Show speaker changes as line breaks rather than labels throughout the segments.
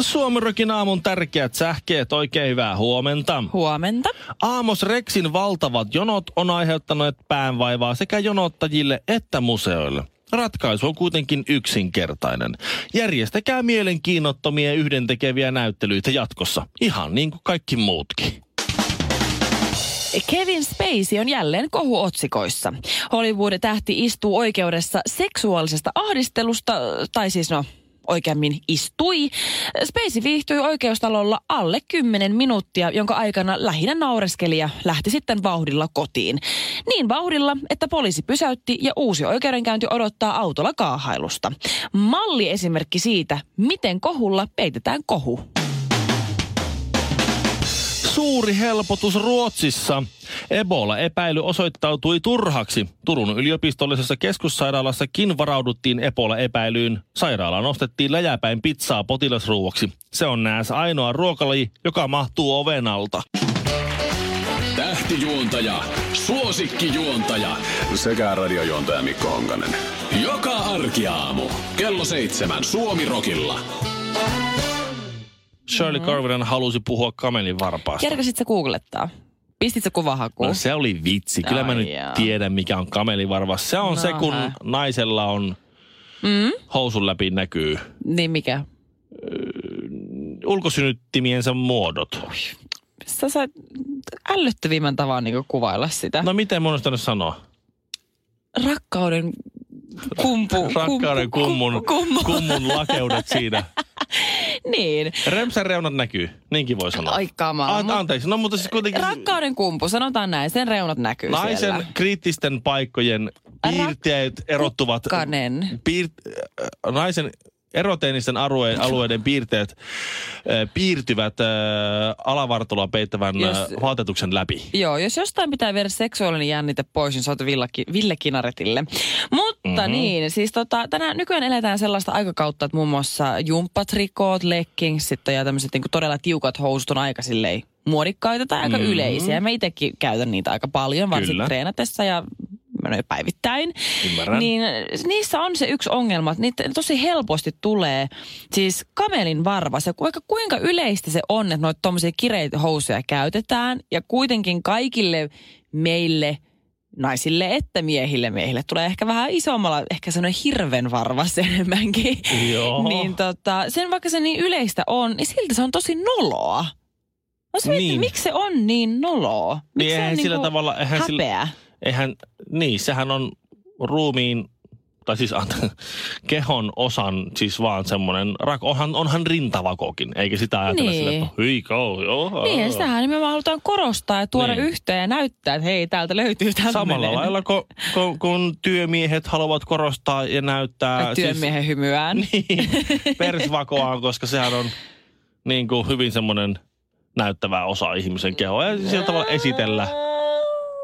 Suomirokin aamun tärkeät sähkeet, oikein hyvää huomenta.
Huomenta.
Aamos Rexin valtavat jonot on aiheuttanut päänvaivaa sekä jonottajille että museoille. Ratkaisu on kuitenkin yksinkertainen. Järjestäkää mielenkiinnottomia yhdentekeviä näyttelyitä jatkossa, ihan niin kuin kaikki muutkin.
Kevin Spacey on jälleen kohuotsikoissa. Hollywood-tähti istuu oikeudessa seksuaalisesta ahdistelusta, tai siis no, oikeammin istui. Spacey viihtyi oikeustalolla alle 10 minuuttia, jonka aikana lähinnä naureskeli ja lähti sitten vauhdilla kotiin. Niin vauhdilla, että poliisi pysäytti ja uusi oikeudenkäynti odottaa autolla kaahailusta. Malli esimerkki siitä, miten kohulla peitetään kohu.
Suuri helpotus Ruotsissa. Ebola-epäily osoittautui turhaksi. Turun yliopistollisessa keskussairaalassakin varauduttiin Ebola-epäilyyn. Sairaala nostettiin läjäpäin pizzaa potilasruuaksi. Se on nääs ainoa ruokalaji, joka mahtuu oven alta.
Tähtijuontaja, suosikkijuontaja sekä radiojuontaja Mikko Honkanen. Joka arkiaamu kello seitsemän Suomirokilla.
Shirley
Mm-hmm.
Corvinen halusi puhua kamelin varpaasta.
Kerkäsit sä googlettaa? Pistit sä kuvahakuun?
No se oli vitsi. Kyllä mä
Ai
nyt
jaa.
tiedän, mikä on kamelivarvas. Se on
No
se, kun
hä. Mm?
naisella on housun läpi näkyy
Niin mikä?
ulkosynnyttimiensä muodot.
Sä sait ällöttävimmän tavan niin kuvailla sitä.
No miten mun olisi tänne sanoa?
rakkauden kumpu.
Rakkauden kummun,
kummu.
kummun lakeudet siinä.
Niin.
Remsen reunat näkyy, niinkin voi sanoa.
Ai kamala,
A,
mut-
anteeksi, no mutta siis kuitenkin
Rakkauden kumpu, sanotaan näin. Sen reunat näkyy
naisen
siellä.
kriittisten paikkojen piirteet erottuvat.
kukkanen.
Piir, äh, naisen eroteenisten alueen, alueiden piirteet äh, piirtyvät äh, alavartaloa peittävän Jos...
Jos-
äh, vaatetuksen läpi.
Joo, jos jostain pitää viedä seksuaalinen jännite pois, niin soita Villaki, Ville Kinaretille. Mutta mm-hmm. niin, siis tota, tänään nykyään eletään sellaista aikakautta, että muun muassa jumppatrikoot, leggingsit ja tämmöiset niin todella tiukat housut on aika silleen muodikkaita tai aika mm-hmm. yleisiä. Mä itsekin käytän niitä aika paljon,
Kyllä.
varsinkin treenatessa ja noin päivittäin.
Ymmärrän.
Niin niissä on se yksi ongelma, että niitä tosi helposti tulee siis kamelin varvas. Ja vaikka kuinka yleistä se on, että noita tuommoisia kireitä housuja käytetään ja kuitenkin kaikille meille naisille että miehille. Miehille tulee ehkä vähän isommalla, ehkä sellainen hirven varvas enemmänkin.
Joo.
niin tota, sen vaikka se niin yleistä on, niin silti se on tosi noloa. Mä olisin
Niin.
niin. miksi se on niin noloa? Miksi
Niin
se on
eihän sillä
niinku
tavalla, eihän sillä,
häpeä?
eihän, niin, sehän on ruumiin, tai siis anta- kehon osan, siis vaan semmoinen, rak- onhan, onhan rintavakokin, eikä sitä ajatella niin.
Niin.
sillä, että hyi kau, joo.
Niin, ja sitähän nimenomaan halutaan korostaa ja tuoda
Niin.
niin. yhteen ja näyttää, että hei, täältä löytyy tämmöinen.
Samalla lailla, kun, kun, kun työmiehet haluavat korostaa ja näyttää siis,
Työmiehen hymyään.
niin, persvakoaan, koska sehän on niin kuin hyvin semmoinen näyttävä osa ihmisen kehoa. Ja sillä tavalla esitellä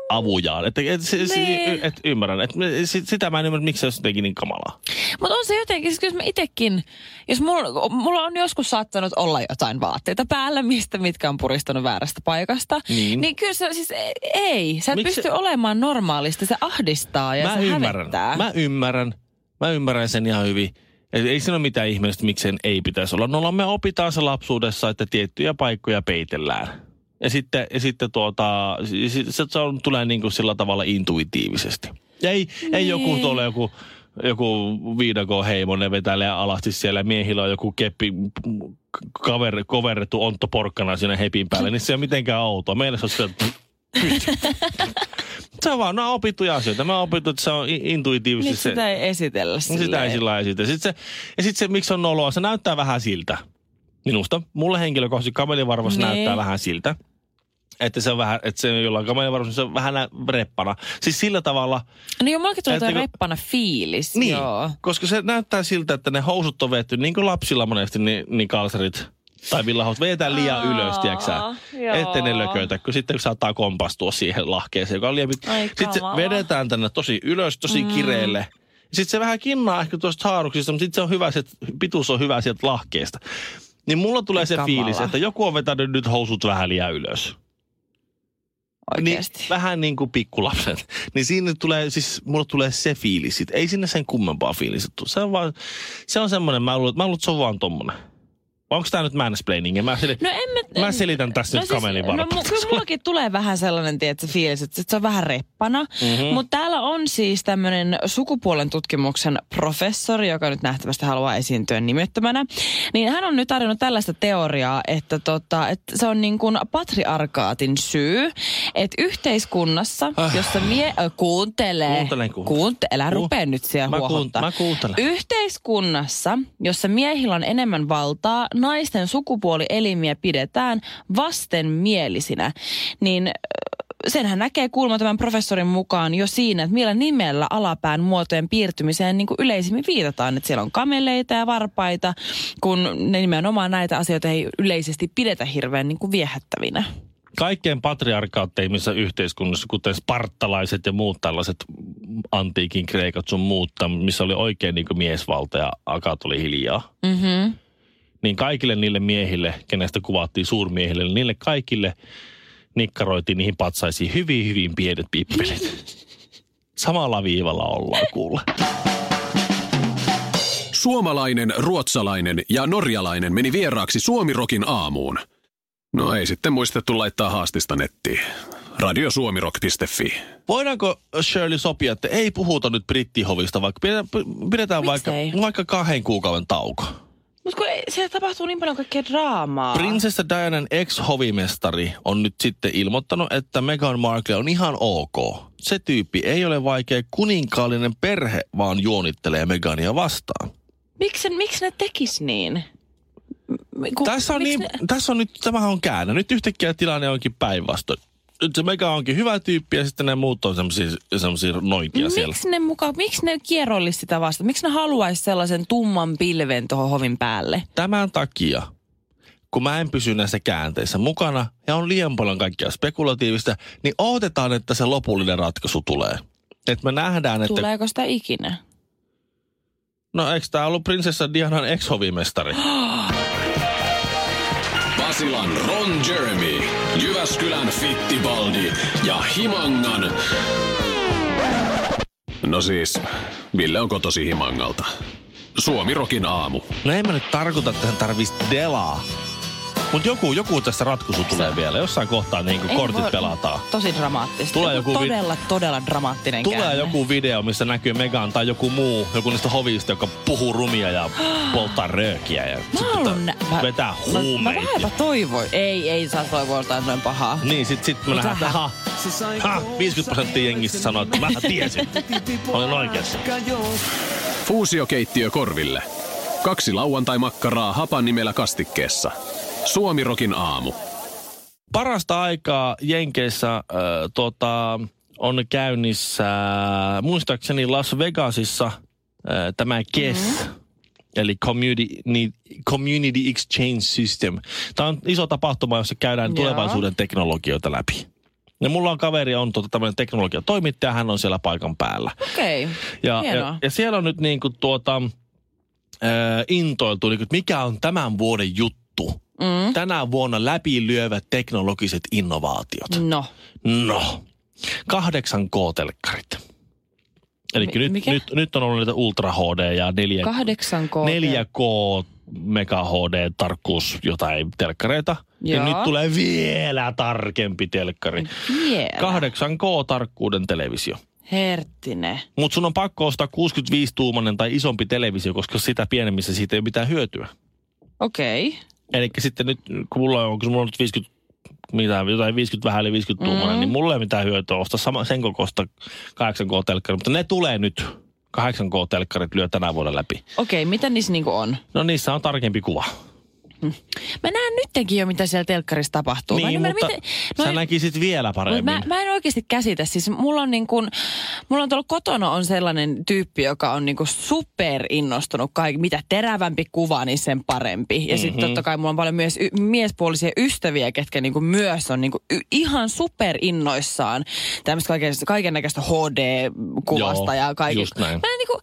avujaan. Että et, se- se-
Niin.
et, ymmärrän. Et, me- sit- sitä mä en ymmärrä, miksi se on jotenkin niin kamalaa.
Mutta on se jotenkin, siis kyllä mä itekin, jos mulla, mulla on joskus saattanut olla jotain vaatteita päällä, mistä mitkä on puristanut väärästä paikasta,
Niin.
niin kyllä se siis e- ei. Sä et
Miksi
pysty
se-
olemaan normaalisti, se ahdistaa ja
mä
se
ymmärrän.
hävettää.
Mä ymmärrän. Mä ymmärrän sen ihan hyvin. Et ei siinä ole mitään ihmeellistä, miksi sen ei pitäisi olla. No me opitaan se lapsuudessa, että tiettyjä paikkoja peitellään. Ja sitten, ja sitten tuota, si- si- se, se on, tulee niin kuin sillä tavalla intuitiivisesti. Ja ei, niin. ei joku tuolla joku, joku viidakon heimo, ne vetäilee alasti siellä. Miehillä on joku keppi mm, kaver, koverrettu Ontto Porkkana siinä hepin päällä. Niin se ei ole mitenkään outoa. Meillä se on sillä, se on vaan, nämä on opittuja asioita. Mä oon opittu, että se on i- intuitiivisesti.
Miksi
se,
sitä ei esitellä
No
silleen?
sitä ei sillä lailla esitä. Sitten se, ja sitten se, miksi on noloa, se näyttää vähän siltä. Minusta, mulle henkilökohtaisesti kamelivarvas
Niin.
näyttää vähän siltä. Että se on vähän, että se jollain kamelivarvas, niin se on vähän nä- reppana. Siis sillä tavalla,
No joo, mullakin tulee toi
Ajatteleko-
reppana fiilis.
niin,
Joo.
koska se näyttää siltä, että ne housut on vetty, niin kuin lapsilla monesti, niin, niin kalsarit Tai villahousut. Vedetään liian
Aa,
ylös, tiedätkö
joo.
Ettei ne Niin, lököitä, kun sitten saattaa kompastua siihen lahkeeseen, joka on liian pit-
Ai
Sitten se
kamala.
vedetään tänne tosi ylös, tosi mm. kireelle. Sitten se vähän kinnaa ehkä tuosta haaruksista, mutta sitten se on hyvä, se pituus on hyvä sieltä lahkeesta. Niin mulla tulee se
Kamala.
fiilis, että joku on vetänyt nyt housut vähän liian ylös.
Oikeasti.
Niin, vähän niin kuin pikkulapset. Niin siinä tulee, siis mulle tulee se fiilis. sit. Ei sinne sen kummempaa fiilistä tule. Se on vaan, se on semmoinen, mä luulen, mä luulen, että se on vaan tommonen. Onko tämä nyt mansplaining? Mä, sel-
No en mä...
mä selitän tässä
No
nyt kamelin
no, mu-
varpaat.
kyllä mullakin tulee vähän sellainen tietysti, fiilis, että se on vähän reppana. Mm-hmm. Mutta täällä on siis tämmöinen sukupuolen tutkimuksen professori, joka nyt nähtävästi haluaa esiintyä nimettömänä. Niin hän on nyt tarjonnut tällaista teoriaa, että, tota, että se on niin kuin patriarkaatin syy, että yhteiskunnassa, jossa mie... Äh, kuuntelee.
Kuuntelen, kuuntelen. Uh.
Kuunte- älä
Ku-
rupea nyt siellä
Mä kuun-
huohottaa.
mä kuuntelen.
Yhteiskunnassa, jossa miehillä on enemmän valtaa, naisten sukupuolielimiä pidetään vastenmielisinä, niin ö, senhän näkee kulma tämän professorin mukaan jo siinä, että millä nimellä alapään muotojen piirtymiseen niin kuin yleisimmin viitataan, että siellä on kameleita ja varpaita, kun ne nimenomaan näitä asioita ei yleisesti pidetä hirveän niin kuin viehättävinä.
Kaikkein patriarkaatteimmissa yhteiskunnissa, kuten spartalaiset ja muut tällaiset antiikin kreikat sun muutta, missä oli oikein niin kuin miesvalta ja akat oli hiljaa.
Mm-hmm.
niin kaikille niille miehille, kenestä kuvattiin suurmiehille, niin niille kaikille nikkaroitiin niihin patsaisiin hyvin, hyvin pienet pippelit. Samalla viivalla ollaan kuule.
Suomalainen, ruotsalainen ja norjalainen meni vieraaksi Suomirokin aamuun. No ei sitten muistettu laittaa haastista nettiin. Radiosuomirok.fi.
Voidaanko Shirley sopia, että ei puhuta nyt brittihovista, vaikka pidetään- pidetään vaikka,
Miksei?
vaikka kahden kuukauden tauko.
Mutta kun ei- siellä tapahtuu niin paljon kaikkea draamaa.
Prinsessa Dianan ex-hovimestari on nyt sitten ilmoittanut, että Meghan Markle on ihan ok. Se tyyppi ei ole vaikea kuninkaallinen perhe, vaan juonittelee Megania vastaan.
Miksi, miksi ne tekis niin? M- Ku,
Tässä on,
miksi
niin, tässä on nyt, tämähän on käännä. Nyt yhtäkkiä tilanne onkin päinvastoin. Nyt se Mega onkin hyvä tyyppi ja sitten ne muut on semmoisia noitia
ne,
siellä.
miksi ne mukaan, miksi ne kierrollisi sitä vasta? Miksi ne haluaisi sellaisen tumman pilven tuohon hovin päälle?
Tämän takia, kun mä en pysy näissä käänteissä mukana ja on liian paljon kaikkea spekulatiivista, niin odotetaan, että se lopullinen ratkaisu tulee. Että me nähdään, että...
Tuleeko sitä ikinä?
No eikö tää ollut prinsessa Dianan ex-hovimestari?
Basilan Ron Jeremy, Jyväskylän Fittibaldi ja Himangan... No siis, Ville on kotosi Himangalta. Suomirokin aamu.
No en mä nyt tarkoita, että hän tarvitsisi delaa. Mutta joku, joku tässä ratkaisu tulee vielä. Jossain kohtaa niin kuin
Ei
kortit
voi-
pelataan.
Tosi dramaattista.
Tulee joku vi-
todella, todella dramaattinen
Tulee
käänne.
joku video, missä näkyy Megan tai joku muu, joku niistä hovista, joka puhuu rumia ja polttaa röökiä ja tota
Mä haluun nä- mä-
vetää
Mä, mä
huumeita.
vähän jopa toivoin. Ei, ei saa toivoa jotain noin pahaa.
Niin, sit, sit me
Mut
lähdetään,
vähän.
ha, ha, 50 prosenttia jengistä sanoo, että mä tiesin. Olin oikeassa.
Fuusiokeittiö korville. Kaksi lauantai-makkaraa hapan nimellä kastikkeessa. Suomirokin aamu.
Parasta aikaa Jenkeissä äh, tota, on käynnissä, muistaakseni Las Vegasissa, äh, tämä KES, mm-hmm. eli Community, ni- Community Exchange System. Tämä on iso tapahtuma, jossa käydään
Joo.
tulevaisuuden teknologioita läpi. Ja mulla on kaveri, on tota, tämmöinen teknologiatoimittaja, hän on siellä paikan päällä.
Okei. Okay.
Ja,
Hienoa.
ja, ja siellä on nyt niin kuin tuota, ää, intoiltu, niin kuin, että mikä on tämän vuoden juttu. Mm. Tänä vuonna läpilyövät teknologiset innovaatiot.
No.
No, kahdeksan K-telkkarit. Eli
Mi-
nyt,
mikä?
nyt, nyt on ollut niitä Ultra HD ja 4,
Kahdeksan kohtaa.
4K Mega HD tarkkuus jotain telkkareita. Ja
Joo.
nyt tulee vielä tarkempi telkkari.
Vielä.
8K tarkkuuden televisio.
Herttinen.
Mutta sun on pakko ostaa 65-tuumanen tai isompi televisio, koska sitä pienemmissä siitä ei ole mitään hyötyä.
Okei. Okay.
Eli sitten nyt, kun mulla on, kun mulla on nyt 50, mitä, jotain 50 vähän eli 50 tuumanen,
Mm-hmm.
mm. niin mulla ei ole mitään hyötyä ostaa sama, sen kokoista 8K-telkkari, mutta ne tulee nyt. 8K-telkkarit lyö tänä vuonna läpi.
Okei, mitä niissä niinku on?
No niissä on tarkempi kuva.
Mä näen nyttenkin jo, mitä siellä telkkarissa tapahtuu. mä en
Niin,
ymmärrä,
mutta
miten,
sä
mä en-
näkisit vielä paremmin.
Mut Mä, mä en oikeasti käsitä. Siis mulla on niin kun, mulla on tuolla kotona on sellainen tyyppi, joka on niin kun super innostunut kaikki. Mitä terävämpi kuva, niin sen parempi. Ja
Mhm.
sitten totta kai mulla on paljon myös y- miespuolisia ystäviä, ketkä niin kun myös on niin kun y- ihan super innoissaan tämmöistä kaiken näköistä HD-kuvasta
Joo,
ja kaikista.
just näin.
Mä en, niin kun,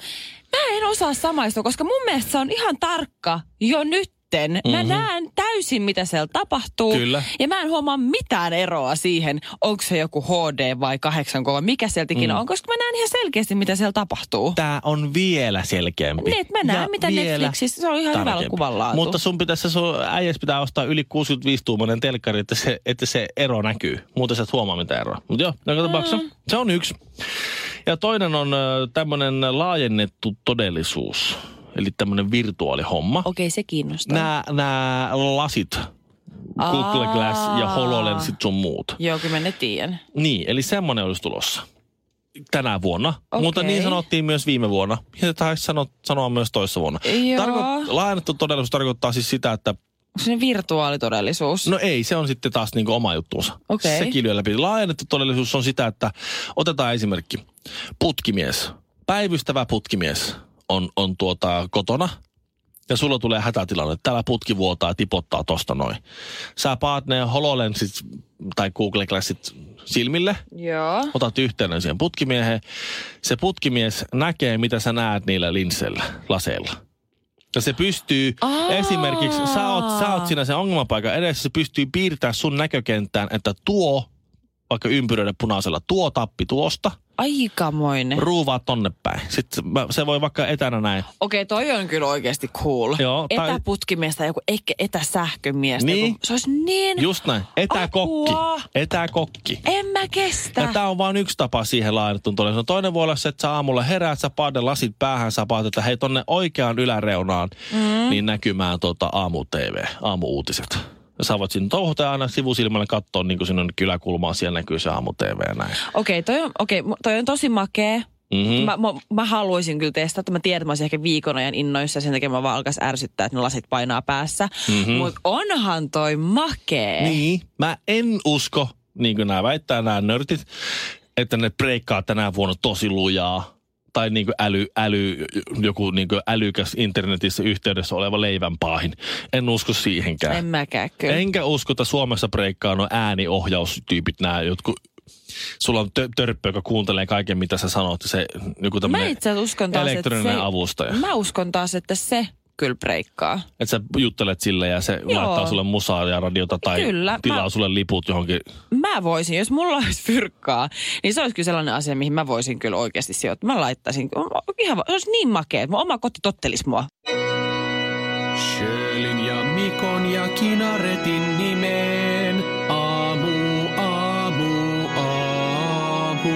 mä en osaa samaistua, koska mun mielestä se on ihan tarkka jo nyt. Mä mm-hmm. näen täysin, mitä siellä tapahtuu.
Mhm. Kyllä.
Ja mä en huomaa mitään eroa siihen, onko se joku HD vai 8K, mikä sieltä ikinä mm. on, koska mä näen ihan selkeästi, mitä siellä tapahtuu.
Tämä on vielä selkeämpi.
Niin, että mä näen,
Ja
mitä
vielä
Netflixissä- se on ihan hyvällä
tarkempi.
kuvanlaatu.
Mutta sun pitäisi, se sun äijäs pitää ostaa yli 65-tuumainen telkkari, että se, että se ero näkyy. Muuten sä et huomaa mitä eroa. Mutta joo, joka tapauksessa
Mm.
se on yksi. Ja toinen on tämmöinen laajennettu todellisuus, eli tämmöinen virtuaalihomma.
Okei, se kiinnostaa.
Nämä, nämä lasit, Google Glass ja
Aa.
HoloLensit sun muut.
Joo, kyllä mä ne tiedän.
Niin, eli semmoinen olisi tulossa tänä vuonna.
Okei.
Mutta niin sanottiin myös viime vuonna. Ja taisi sano, sanoa myös toissa vuonna.
Joo.
laajennettu todellisuus tarkoittaa siis sitä, että
Onko se ne virtuaalitodellisuus?
no ei, se on sitten taas niinku oma juttuunsa.
Okei.
Sekin lyö läpi. Laajennettu todellisuus on sitä, että otetaan esimerkki. Putkimies, päivystävä putkimies on, on tuota kotona – ja sulla tulee hätätilanne. Täällä putki vuotaa ja tipottaa tosta noin. Sä paat ne HoloLensit tai Google Glassit silmille
Joo.
otat yhteyden siihen putkimieheen. Se putkimies näkee, mitä sä näet niillä linseillä, laseilla. Ja se pystyy
Aa.
Aa. esimerkiksi, sä oot, sä oot siinä sen ongelmapaikan edessä, se pystyy piirtämään sun näkökenttään, että tuo, vaikka ympyröiden punaisella, tuo tappi tuosta,
Aikamoinen.
ruuvaa tonne päin. Sitten mä- se voi vaikka etänä näin.
Okei, toi on kyllä oikeasti cool.
Joo, tai-
Etäputkimies tai joku ehkä etäsähkömies. tai
Niin.
joku- Se olisi niin...
Just näin, etäkokki,
Apua.
etäkokki.
En mä kestä.
Ja tämä on vain yksi tapa siihen laajennettuun todellisuuteen. Toinen voi olla se, että sä aamulla heräät, sä paat ne lasit päähän, sä paat, että hei tonne oikeaan yläreunaan, mm. niin näkymään tota aamu-tv, aamu-uutiset. Ja sä voit sinne touhuta ja aina sivusilmällä katsoa, niin kuin sinne on kyläkulmaa, siellä näkyy se aamu-tv ja näin.
Okei, toi, on, okei, mu- toi on tosi makea. Mm-hmm.
Mhm.
Mä, mä, mä, haluaisin kyllä testata, että mä tiedän, että mä olisin ehkä viikon ajan innoissa ja sen takia mä vaan alkaisin ärsyttää, että ne lasit painaa päässä. Mm-hmm. Mutta onhan toi makee.
Niin, mä en usko, niin kuin nämä väittää nämä nörtit, että ne breikkaa tänä vuonna tosi lujaa. Tai niin kuin äly, äly, joku niin kuin älykäs internetissä yhteydessä oleva leivänpaahin. En usko siihenkään.
En mäkään kyllä.
Enkä usko, että Suomessa breikkaa no ääniohjaustyypit nämä jotkut. Sulla on tö- törppö, joka kuuntelee kaiken, mitä sä sanot. Se joku
mä
tämmöinen
itse asiassa uskon taas, että
elektroninen
se,
avustaja.
Mä uskon taas, että se kyllä breikkaa.
Että sä juttelet sille ja se
Joo.
Joo. laittaa sulle musaa ja radiota tai
Kyllä,
tilaa
mä-
sulle liput johonkin.
Mä voisin, jos mulla olisi fyrkkaa, niin se olisi kyllä sellainen asia, mihin mä voisin kyllä oikeasti sijoittaa. Mä laittaisin, ihan, va- se olisi niin makea, että mun oma koti tottelisi mua.
Sjölin ja Mikon ja Kinaretin nimeen. Aamu, aamu, aamu.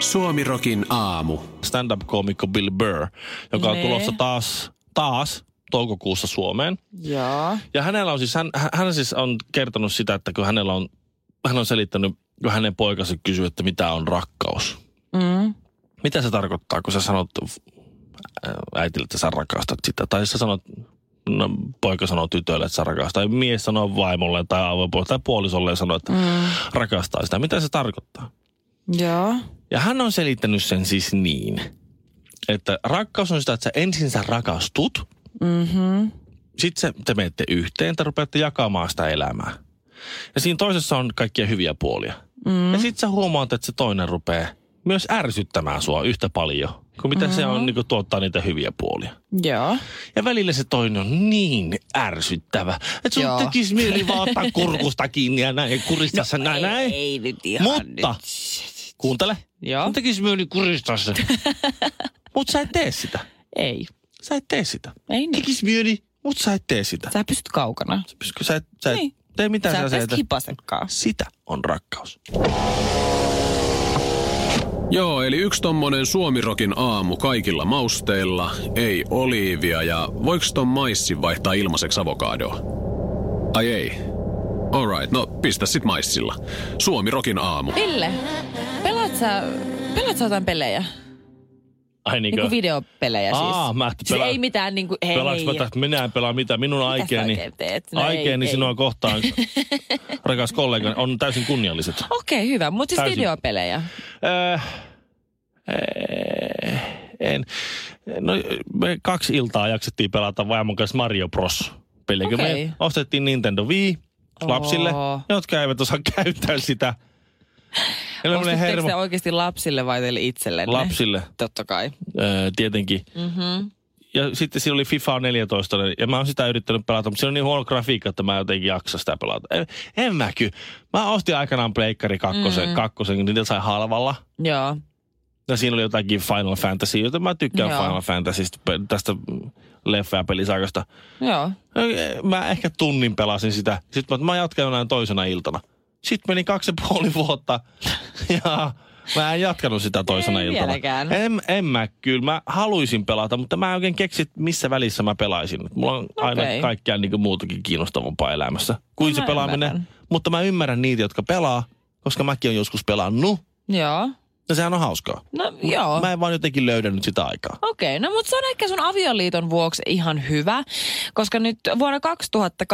Suomirokin aamu.
Stand-up-koomikko Bill Burr, joka on
Nee.
tulossa taas, taas toukokuussa Suomeen.
Joo.
Ja hänellä on siis, hän, hän- hän siis on kertonut sitä, että kun hänellä on, hän on selittänyt, kun hänen poikansa kysyy, että mitä on rakkaus.
Mm.
Mitä se tarkoittaa, kun sä sanot äh, äitille, että sä rakastat sitä? Tai sä sanot, no, poika sanoo tytölle, että sä rakastat. Tai mies sanoo vaimolle tai avopuolelle tai puolisolle ja sanoo, että mm. rakastaa sitä. Mitä se tarkoittaa?
Joo.
Ja hän on selittänyt sen siis niin, että rakkaus on sitä, että sä ensin sä rakastut. Mm-hmm. Sitten se, te menette yhteen, te rupeatte jakamaan sitä elämää. Ja siinä toisessa on kaikkia hyviä puolia. Mm. Ja sitten sä huomaat, että se toinen rupeaa myös ärsyttämään sua yhtä paljon, kuin mitä mm-hmm. se on niin kuin, tuottaa niitä hyviä puolia.
Joo.
Ja välillä se toinen on niin ärsyttävä, että sun
Joo.
tekisi mieli vaan ottaa kurkusta kiinni ja näin, ja kuristaa no, sen näin, näin.
Ei nyt ihan
Mutta-
Nyt.
Kuuntele.
Joo.
Mun tekisi mieli kuristaa se. mut sä et tee sitä.
Ei.
Sä et tee sitä.
Ei niin.
Tekis mieli, mut sä et tee sitä.
Sä pysyt kaukana.
Koska Sä et, sä et
Niin.
tee mitään
Sä
sä
et hipasekaan.
Sitä on rakkaus.
Joo, eli yksi tommonen suomirokin aamu kaikilla mausteilla, ei oliivia ja voiko ton maissi vaihtaa ilmaiseksi avokadoa? Ai ei. Alright, no pistä sit maissilla. Suomirokin aamu.
Ville, pelaat sä, pelaat sä jotain pelejä?
Ai
Niin
niinkö?
kuin videopelejä siis.
Aa, mä
siis
pelaan-
ei mitään niin kuin, hei.
Pelaanko mä tästä? Minä en pelaa mitään. Minun
sä
aikeeni,
oikein teet? No ei,
aikeeni
ei.
sinua kohtaan, rakas kollega, on täysin kunnialliset.
Okei, okay, hyvä. Mutta siis
Täysin.
videopelejä.
Äh, eh, en. No, me kaksi iltaa jaksettiin pelata vaimon kanssa Mario Bros. Peliä. Okay.
Okei.
Me ostettiin Nintendo Wii lapsille,
Oo.
jotka eivät osaa käyttää sitä. Ja ne menee
Ostatteko
hermo
te oikeasti lapsille vai teille itsellenne?
lapsille,
Totta kai.
öö, tietenkin.
Mm-hmm.
Ja sitten siinä oli FIFA 14, ja mä oon sitä yrittänyt pelata, mutta siinä on niin huono grafiikka, että mä en jotenkin jaksa sitä pelata. En, en mä kyllä. Mä ostin aikanaan Pleikkari kakkosen, mm. kakkosen, kun niitä sai halvalla.
Joo.
Ja siinä oli jotakin Final Fantasy, jota mä tykkään
Joo.
Joo. Final Fantasystä, pe- tästä leffa- ja pelisarjasta.
Joo.
No, Mä ehkä tunnin pelasin sitä. Sitten mä, mä jatkan näin toisena iltana. Sitten meni kaksi ja puoli vuotta ja mä en jatkanut sitä toisena
Ei
iltana.
vieläkään.
En, en mä kyllä. Mä haluaisin pelata, mutta mä en oikein keksi, että missä välissä mä pelaisin. Mulla on aina
No Okei.
kaikkea niin muutakin kiinnostavampaa elämässä kuin
No
se
mä
pelaaminen.
ymmärrän.
Mutta mä ymmärrän niitä, jotka pelaa, koska mäkin on joskus pelannut.
Joo.
Ja sehän on hauskaa.
No joo.
Mä en vaan jotenkin löydänyt sitä aikaa.
Okei, no mutta se on ehkä sun avioliiton vuoksi ihan hyvä, koska nyt vuonna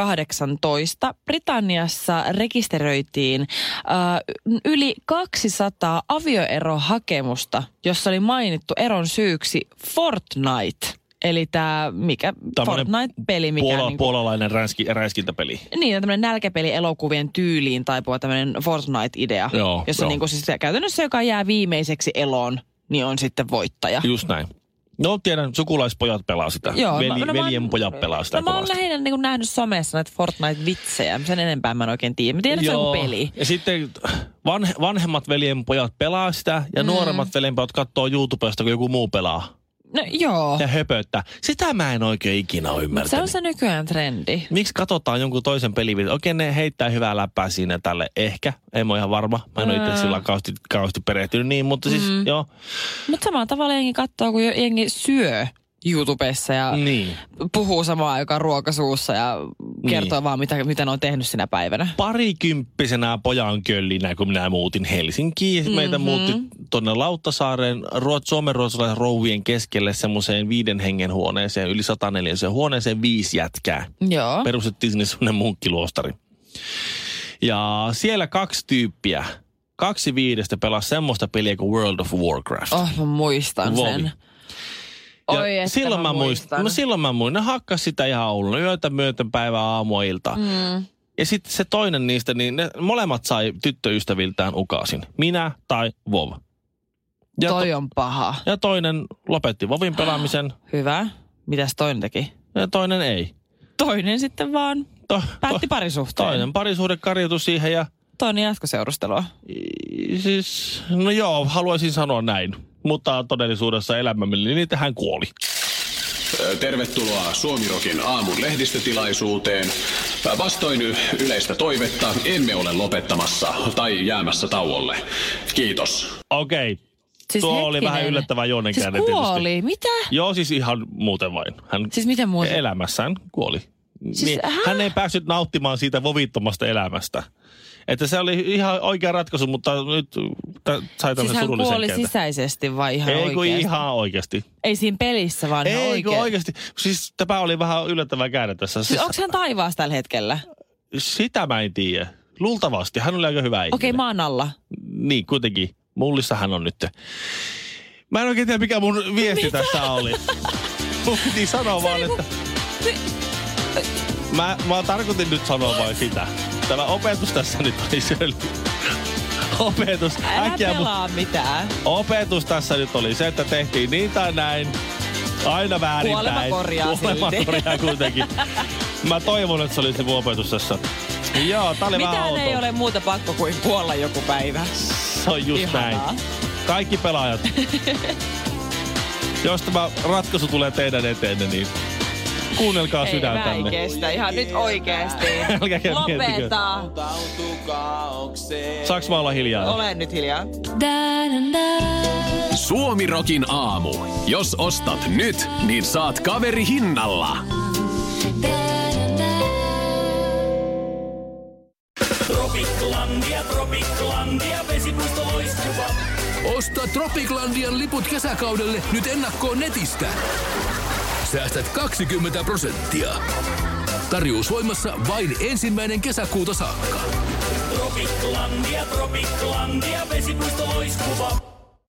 2018 Britanniassa rekisteröitiin äh, yli 200 avioerohakemusta, jossa oli mainittu eron syyksi Fortnite. Eli tämä mikä
Tämmönen
Fortnite-peli, mikä
Puola,
niinku-
Puolalainen räiski, räiskintäpeli.
Niin, tämmöinen nälkäpeli elokuvien tyyliin taipuva tämmöinen Fortnite-idea,
Joo,
jossa
joo.
Niinku siis käytännössä joka jää viimeiseksi eloon, niin on sitten voittaja.
Just näin. No tiedän, sukulaispojat pelaa sitä. Joo, Veli, no,
mä oon-
veljen pojat pelaa sitä
No mä oon
kovasti.
lähinnä niin nähnyt somessa näitä Fortnite-vitsejä. Sen enempää mä en oikein tiedä. Mä tiedän, että se on joku peli.
Ja sitten vanhe, vanhemmat veljen pojat pelaa sitä ja mm. nuoremmat veljen pojat katsoo YouTubesta, kun joku muu pelaa.
No joo.
Ja höpöttää. Sitä mä en oikein ikinä ole
Mut se on
ymmärtänyt.
se nykyään trendi.
Miksi katsotaan jonkun toisen pelin? Okei, ne heittää hyvää läppää siinä tälle. Ehkä. En mä ole ihan varma. Mä en ole
Mm.
itse sillä kauheasti, kauheasti perehtynyt niin, mutta siis mm. joo.
Mutta samalla tavalla jengi katsoo, kun jo- jengi syö YouTubessa ja mm.
Niin.
puhuu samaan aikaan ruokasuussa ja kertoo
Niin.
vaan, mitä, mitä ne on tehnyt sinä päivänä.
parikymppisenä pojan köllinä, kun minä muutin Helsinkiin. Mm-hmm.
Mhm.
Meitä muutti tuonne Lauttasaaren ruot, suomenruotsalaisen rouvien keskelle semmoiseen viiden hengen huoneeseen, yli 104 huoneeseen viisi jätkää.
Joo.
Perustettiin sinne semmoinen munkkiluostari. Ja siellä kaksi tyyppiä, kaksi viidestä pelasi semmoista peliä kuin World of Warcraft.
Oh, mä muistan
Vovi.
sen.
Ja
Oi, että
silloin mä muistan. No Mä silloin mä muistan. Ne hakkas sitä ihan Oulun yötä myöten päivää aamua iltaa.
Mm.
Ja sitten se toinen niistä, niin ne molemmat sai tyttöystäviltään ukaasin. Minä tai Vov. Ja,
Toi on paha.
ja toinen lopetti Vovin pelaamisen
Hyvä. Mitäs toinen teki?
ja toinen ei.
Toinen sitten vaan
To,
päätti parisuhteen.
toinen parisuhde karjutui siihen ja
Toinen jatkoseurustelua.
i- siis, no joo, haluaisin sanoa näin. Mutta todellisuudessa elämämme, niin tähän kuoli.
Ö, Tervetuloa Suomirokin aamun lehdistötilaisuuteen. Ö, Vastoin yleistä toivetta, emme ole lopettamassa tai jäämässä tauolle. Kiitos.
Okei, okay.
Siis
tuo oli
hetkinen.
vähän yllättävä Joonen
Siis
käänne tietysti.
kuoli. Mitä?
Joo, siis ihan muuten vain. Hän
Siis miten muuta?
elämässään kuoli.
Siis,
niin,
hä?
hän ei päässyt nauttimaan siitä vovittomasta elämästä. Että se oli ihan oikea ratkaisu, mutta nyt tä, sai
siis
tämmöisen
hän
surullisen
kuoli
kentän.
sisäisesti vai ihan
Ei kun
oikeasti?
ihan oikeasti.
Ei siinä pelissä vaan ihan
Ei kun
oikeasti.
oikeasti. Siis tämä oli vähän yllättävää käydä tässä. Siis,
Siis onko hän taivaassa tällä hetkellä?
Sitä mä en tiedä. Luultavasti. Hän oli aika hyvä ihminen.
Okei, maan alla.
Niin, kuitenkin. Mullissa hän on nyt. Mä en oikein tiedä, mikä mun viesti Mitä? tästä oli. Mun piti sanoa vaan, että... Mä, mä tarkoitin nyt sanoa vain sitä. Tämä opetus tässä nyt oli se oli- Opetus.
Älä
Äkkiä mun-
pelaa mitään.
opetus tässä nyt oli se, että tehtiin niin tai näin. Aina väärinpäin.
Kuolema korjaa
Kuolema
silti.
korjaa kuitenkin. Mä toivon, että se oli se mun opetus tässä. Joo, tää oli vähän
Mitään
outoa.
ei ole muuta pakko kuin kuolla joku päivä.
Se on just
Ihanaa.
näin. Kaikki pelaajat. Jos tämä ratkaisu tulee teidän eteenne, niin kuunnelkaa
Ei, mä en
sydäntänne.
kestä. Ihan nyt oikeesti.
Älkääkä miettikö.
Lopeta.
Saaks mä olla hiljaa?
Ole nyt hiljaa.
Suomirokin aamu. Jos ostat nyt, niin saat kaveri hinnalla. Osta
Osta Tropiclandian liput kesäkaudelle nyt ennakkoon netistä. Säästät 20 prosenttia. Tarjous voimassa vain ensimmäinen kesäkuuta saakka.
Tropiklandia, Tropiklandia, vesipuisto loiskuva.